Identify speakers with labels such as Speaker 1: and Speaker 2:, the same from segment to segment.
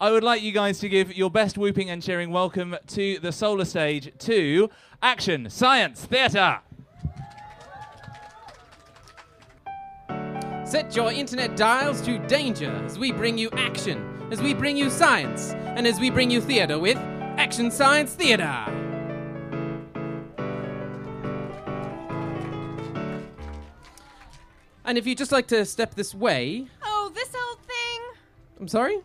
Speaker 1: I would like you guys to give your best whooping and cheering welcome to the solar stage to Action Science Theatre.
Speaker 2: Set your internet dials to danger as we bring you action, as we bring you science, and as we bring you theater with Action Science Theater. And if you'd just like to step this way,
Speaker 3: Oh, this old thing.
Speaker 2: I'm sorry?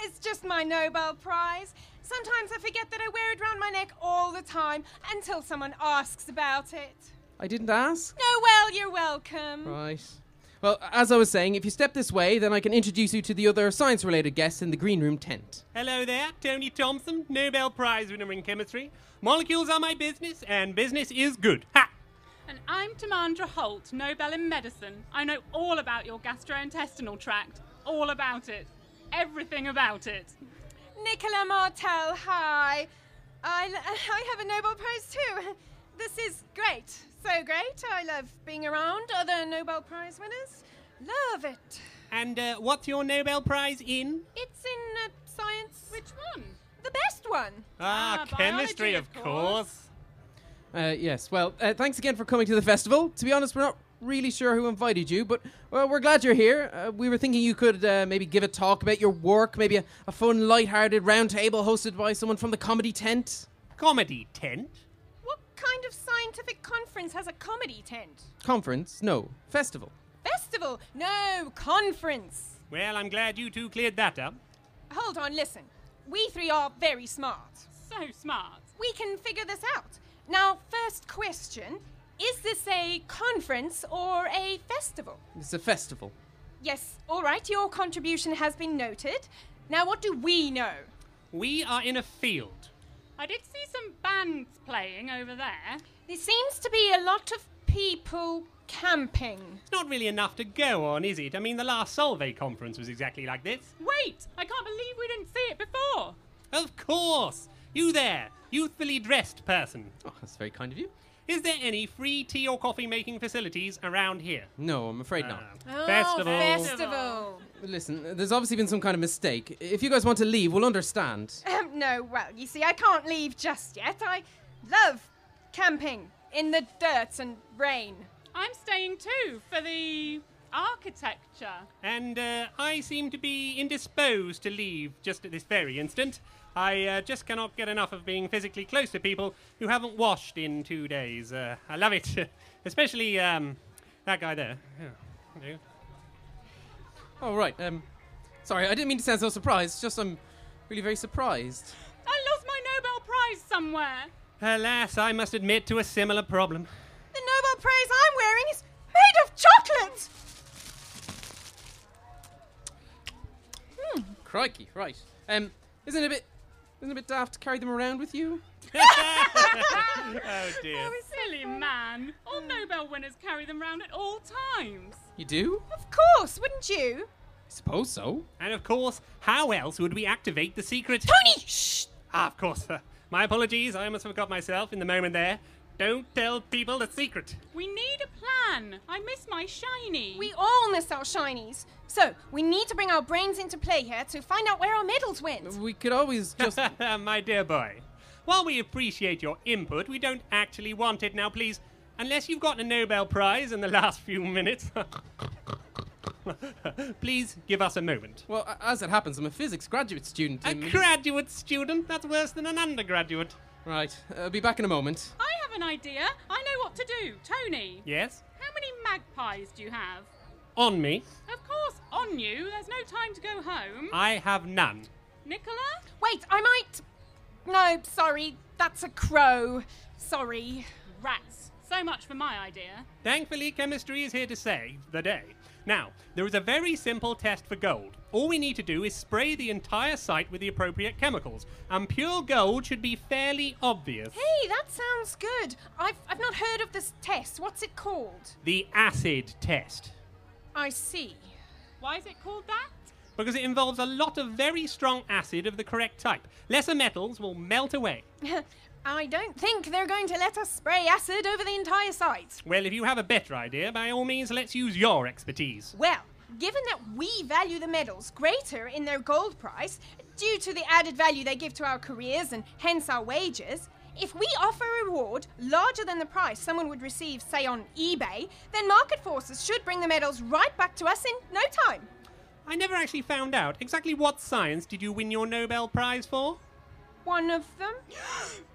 Speaker 3: It's just my Nobel Prize. Sometimes I forget that I wear it round my neck all the time until someone asks about it.
Speaker 2: I didn't ask?
Speaker 3: No, well, you're welcome.
Speaker 2: Right. Well, as I was saying, if you step this way, then I can introduce you to the other science related guests in the green room tent.
Speaker 4: Hello there, Tony Thompson, Nobel Prize winner in chemistry. Molecules are my business, and business is good. Ha!
Speaker 5: And I'm Tamandra Holt, Nobel in Medicine. I know all about your gastrointestinal tract, all about it, everything about it.
Speaker 3: Nicola Martel, hi. I, l- I have a Nobel Prize too. This is great. So great. I love being around other Nobel Prize winners. Love it.
Speaker 4: And uh, what's your Nobel Prize in?
Speaker 3: It's in uh, science.
Speaker 5: Which one?
Speaker 3: The best one.
Speaker 5: Ah,
Speaker 4: chemistry,
Speaker 5: biology,
Speaker 4: of
Speaker 5: of
Speaker 4: course.
Speaker 5: course.
Speaker 2: Uh, yes, well, uh, thanks again for coming to the festival. To be honest, we're not really sure who invited you, but well, we're glad you're here. Uh, we were thinking you could uh, maybe give a talk about your work, maybe a, a fun, light-hearted roundtable hosted by someone from the comedy tent.
Speaker 4: Comedy tent.
Speaker 3: What kind of scientific conference has a comedy tent?
Speaker 2: Conference? No, festival.
Speaker 3: Festival? No, conference.
Speaker 4: Well, I'm glad you two cleared that up.
Speaker 3: Hold on, listen. We three are very smart.
Speaker 5: So smart.
Speaker 3: We can figure this out. Now, first question Is this a conference or a festival?
Speaker 2: It's a festival.
Speaker 3: Yes, all right, your contribution has been noted. Now, what do we know?
Speaker 4: We are in a field.
Speaker 5: I did see some bands playing over there.
Speaker 3: There seems to be a lot of people camping.
Speaker 4: It's not really enough to go on, is it? I mean, the last Solvay conference was exactly like this.
Speaker 5: Wait, I can't believe we didn't see it before.
Speaker 4: Of course! You there, youthfully dressed person.
Speaker 2: Oh, that's very kind of you.
Speaker 4: Is there any free tea or coffee making facilities around here?
Speaker 2: No, I'm afraid not.
Speaker 4: Ah.
Speaker 3: Oh,
Speaker 4: festival.
Speaker 3: festival.
Speaker 2: Listen, uh, there's obviously been some kind of mistake. If you guys want to leave, we'll understand.
Speaker 3: Um, no, well, you see, I can't leave just yet. I love camping in the dirt and rain.
Speaker 5: I'm staying too for the architecture.
Speaker 4: And uh, I seem to be indisposed to leave just at this very instant. I uh, just cannot get enough of being physically close to people who haven't washed in two days. Uh, I love it. Especially um, that guy there. Oh, no.
Speaker 2: Oh, right. Um, sorry, I didn't mean to sound so surprised. Just I'm really very surprised.
Speaker 5: I lost my Nobel Prize somewhere.
Speaker 4: Alas, I must admit to a similar problem.
Speaker 3: The Nobel Prize I'm wearing is made of chocolate!
Speaker 2: Crikey, right. Um, isn't it a bit, isn't it a bit daft to carry them around with you?
Speaker 4: Oh dear.
Speaker 5: Silly man. All Nobel winners carry them round at all times.
Speaker 2: You do? I
Speaker 3: Of course, wouldn't you?
Speaker 2: suppose so.
Speaker 4: And of course, how else would we activate the secret?
Speaker 3: Tony! Shh!
Speaker 4: Ah, of course. Uh, my apologies, I almost forgot myself in the moment there. Don't tell people the secret.
Speaker 5: We need a plan. I miss my shiny.
Speaker 3: We all miss our shinies. So, we need to bring our brains into play here to find out where our medals went.
Speaker 2: We could always just.
Speaker 4: My dear boy, while we appreciate your input, we don't actually want it now, please. Unless you've gotten a Nobel Prize in the last few minutes. please give us a moment.
Speaker 2: well, a- as it happens, I'm a physics graduate student.
Speaker 4: A
Speaker 2: in-
Speaker 4: graduate student? That's worse than an undergraduate.
Speaker 2: right, I'll be back in a moment.
Speaker 5: I have an idea. I know what to do. Tony,
Speaker 4: Yes?
Speaker 5: how many magpies do you have?
Speaker 4: On me,
Speaker 5: Of course, on you. There's no time to go home.
Speaker 4: I have none.
Speaker 5: Nicola?
Speaker 3: Wait, I might. No, sorry, that's a crow. Sorry.
Speaker 5: Rats. So much for my idea.
Speaker 4: Thankfully, chemistry is here to save the day. Now, there is a very simple test for gold. All we need to do is spray the entire site with the appropriate chemicals, and pure gold should be fairly obvious.
Speaker 3: Hey, that sounds good. I've, I've not heard of this test. What's it called?
Speaker 4: The acid test.
Speaker 3: I see.
Speaker 5: Why is it called that?
Speaker 4: because it involves a lot of very strong acid of the correct type. Lesser metals will melt away.
Speaker 3: I don't think they're going to let us spray acid over the entire site.
Speaker 4: Well, if you have a better idea, by all means, let's use your expertise.
Speaker 3: Well, given that we value the medals greater in their gold price, due to the added value they give to our careers and hence our wages, if we offer a reward larger than the price someone would receive, say, on eBay, then market forces should bring the medals right back to us in no time.
Speaker 4: I never actually found out exactly what science did you win your Nobel Prize for?
Speaker 3: One of them?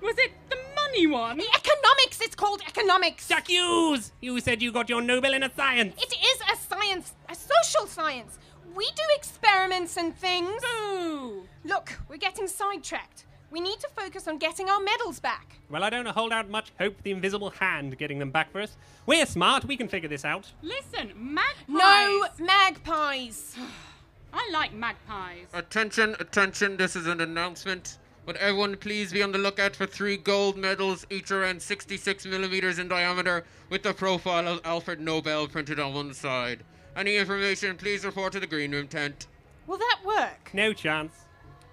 Speaker 5: Was it the money one?
Speaker 3: economics! It's called economics!
Speaker 4: Jack Hughes! You said you got your Nobel in a science!
Speaker 3: It is a science, a social science. We do experiments and things.
Speaker 5: Ooh.
Speaker 3: Look, we're getting sidetracked. We need to focus on getting our medals back.
Speaker 4: Well, I don't hold out much hope for the invisible hand getting them back for us. We're smart, we can figure this out.
Speaker 5: Listen, magpies.
Speaker 3: No magpies.
Speaker 5: I like magpies.
Speaker 6: Uh, Attention, attention, this is an announcement. Would everyone please be on the lookout for three gold medals, each around 66 millimeters in diameter, with the profile of Alfred Nobel printed on one side? Any information, please report to the green room tent.
Speaker 3: Will that work?
Speaker 4: No chance.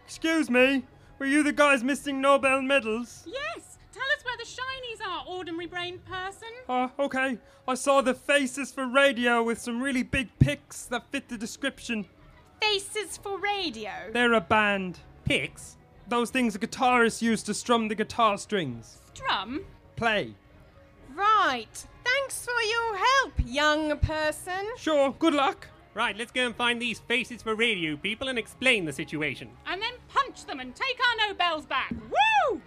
Speaker 7: Excuse me, were you the guys missing Nobel medals?
Speaker 5: Yes. Tell us where the shinies are, ordinary brained person.
Speaker 7: Oh, okay. I saw the faces for radio with some really big pics that fit the description.
Speaker 3: Faces for radio.
Speaker 7: They're a band.
Speaker 4: Picks?
Speaker 7: Those things a guitarist used to strum the guitar strings.
Speaker 5: Drum.
Speaker 7: Play.
Speaker 3: Right. Thanks for your help, young person.
Speaker 7: Sure, good luck.
Speaker 4: Right, let's go and find these faces for radio people and explain the situation.
Speaker 5: And then punch them and take our Nobels back. Woo!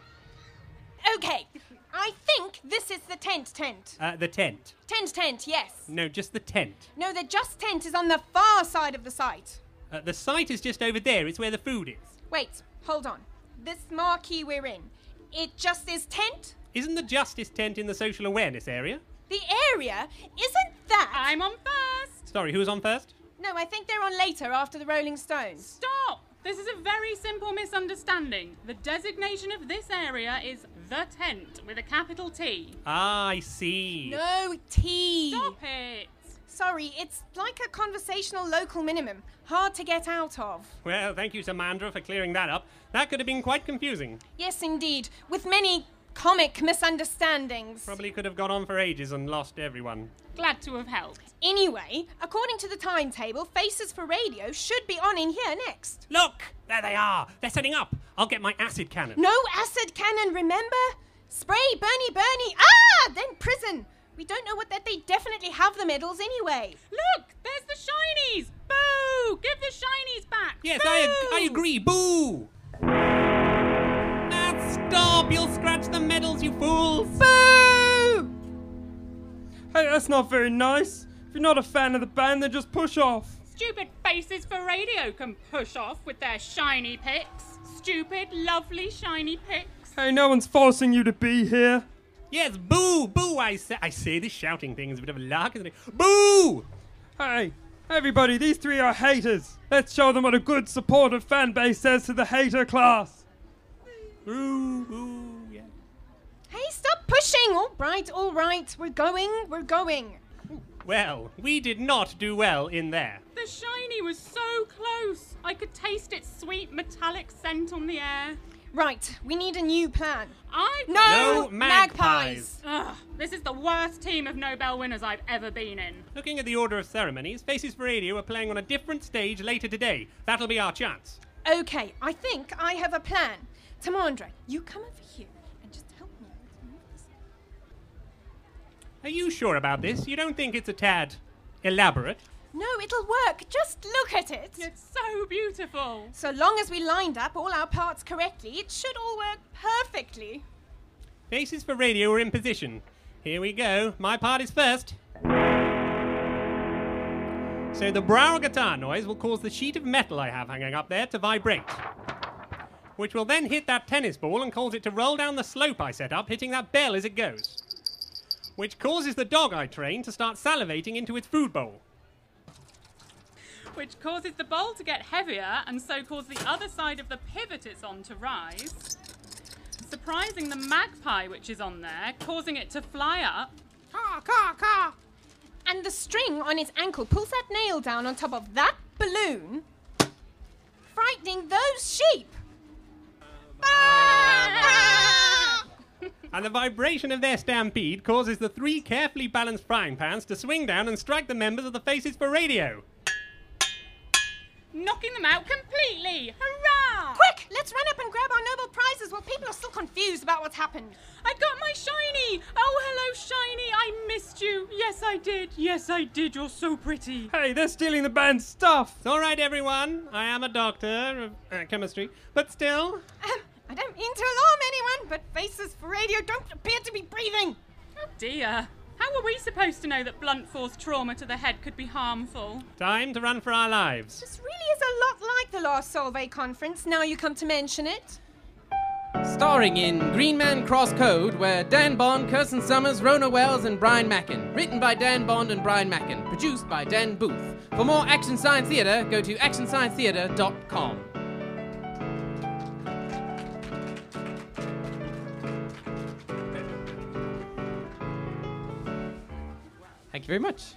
Speaker 3: Okay. I think this is the tent tent.
Speaker 4: Uh, the tent.
Speaker 3: Tent tent, yes.
Speaker 4: No, just the tent.
Speaker 3: No, the just tent is on the far side of the site.
Speaker 4: Uh, the site is just over there, it's where the food is.
Speaker 3: Wait, hold on. This marquee we're in, it just is tent?
Speaker 4: Isn't the justice tent in the social awareness area?
Speaker 3: The area? Isn't that?
Speaker 5: I'm on first.
Speaker 4: Sorry, who was on first?
Speaker 3: No, I think they're on later after the Rolling Stones.
Speaker 5: Stop. This is a very simple misunderstanding. The designation of this area is the tent with a capital T.
Speaker 4: Ah, I see.
Speaker 3: No tea.
Speaker 5: Stop it.
Speaker 3: Sorry, it's like a conversational local minimum. Hard to get out of.
Speaker 4: Well, thank you, Samandra, for clearing that up. That could have been quite confusing.
Speaker 3: Yes, indeed. With many comic misunderstandings.
Speaker 4: Probably could have gone on for ages and lost everyone.
Speaker 5: Glad to have helped.
Speaker 3: Anyway, according to the timetable, Faces for Radio should be on in here next.
Speaker 4: Look! There they are! They're setting up! I'll get my acid cannon.
Speaker 3: No acid cannon, remember? Spray, Bernie, Bernie. Ah! Then prison. We don't know what that they definitely have the medals anyway.
Speaker 5: Look, there's the shinies. Boo! Give the shinies back.
Speaker 4: Yes,
Speaker 5: Boo!
Speaker 4: I, ag- I agree. Boo! Matt, stop! You'll scratch the medals, you fools!
Speaker 3: Boo!
Speaker 7: Hey, that's not very nice. If you're not a fan of the band, then just push off.
Speaker 5: Stupid faces for radio can push off with their shiny picks. Stupid, lovely, shiny picks.
Speaker 7: Hey, no one's forcing you to be here.
Speaker 4: Yes, boo! Boo! I say, I say this shouting thing is a bit of a lark, isn't it? Boo!
Speaker 7: Hey, everybody, these three are haters. Let's show them what a good supportive fan base says to the hater class.
Speaker 4: Boo! Boo! Yeah.
Speaker 3: Hey, stop pushing! All right, all right. We're going, we're going.
Speaker 4: Well, we did not do well in there.
Speaker 5: The shiny was so close. I could taste its sweet metallic scent on the air.
Speaker 3: Right, we need a new plan.
Speaker 5: I
Speaker 3: No,
Speaker 4: No magpies.
Speaker 5: Ugh, this is the worst team of Nobel winners I've ever been in.
Speaker 4: Looking at the order of ceremonies, Faces for Radio are playing on a different stage later today. That'll be our chance.
Speaker 3: Okay, I think I have a plan. Tamandra, you come over here and just help me.
Speaker 4: Are you sure about this? You don't think it's a tad elaborate?
Speaker 3: No, it'll work. Just look at it.
Speaker 5: It's so beautiful.
Speaker 3: So long as we lined up all our parts correctly, it should all work perfectly.
Speaker 4: Faces for radio are in position. Here we go. My part is first. So the brow guitar noise will cause the sheet of metal I have hanging up there to vibrate, which will then hit that tennis ball and cause it to roll down the slope I set up, hitting that bell as it goes, which causes the dog I train to start salivating into its food bowl.
Speaker 5: Which causes the bowl to get heavier and so cause the other side of the pivot it's on to rise. Surprising the magpie which is on there, causing it to fly up.
Speaker 3: And the string on his ankle pulls that nail down on top of that balloon, frightening those sheep.
Speaker 4: And the vibration of their stampede causes the three carefully balanced frying pans to swing down and strike the members of the Faces for Radio.
Speaker 5: Knocking them out completely! Hurrah!
Speaker 3: as well. People are still confused about what's happened.
Speaker 5: I got my shiny! Oh, hello, shiny! I missed you! Yes, I did! Yes, I did! You're so pretty!
Speaker 7: Hey, they're stealing the band's stuff.
Speaker 4: It's all right, everyone. I am a doctor of uh, chemistry, but still,
Speaker 3: Um, I don't mean to alarm anyone, but faces for radio don't appear to be breathing.
Speaker 5: Oh dear. How were we supposed to know that blunt force trauma to the head could be harmful?
Speaker 4: time to run for our lives.
Speaker 3: This really is a lot like the last Solvay conference, now you come to mention it.
Speaker 2: Starring in Green Man Cross Code, where Dan Bond, Kirsten Summers, Rona Wells, and Brian Mackin. Written by Dan Bond and Brian Mackin. Produced by Dan Booth. For more Action Science Theatre, go to actionsciencetheatre.com. Thank you very much.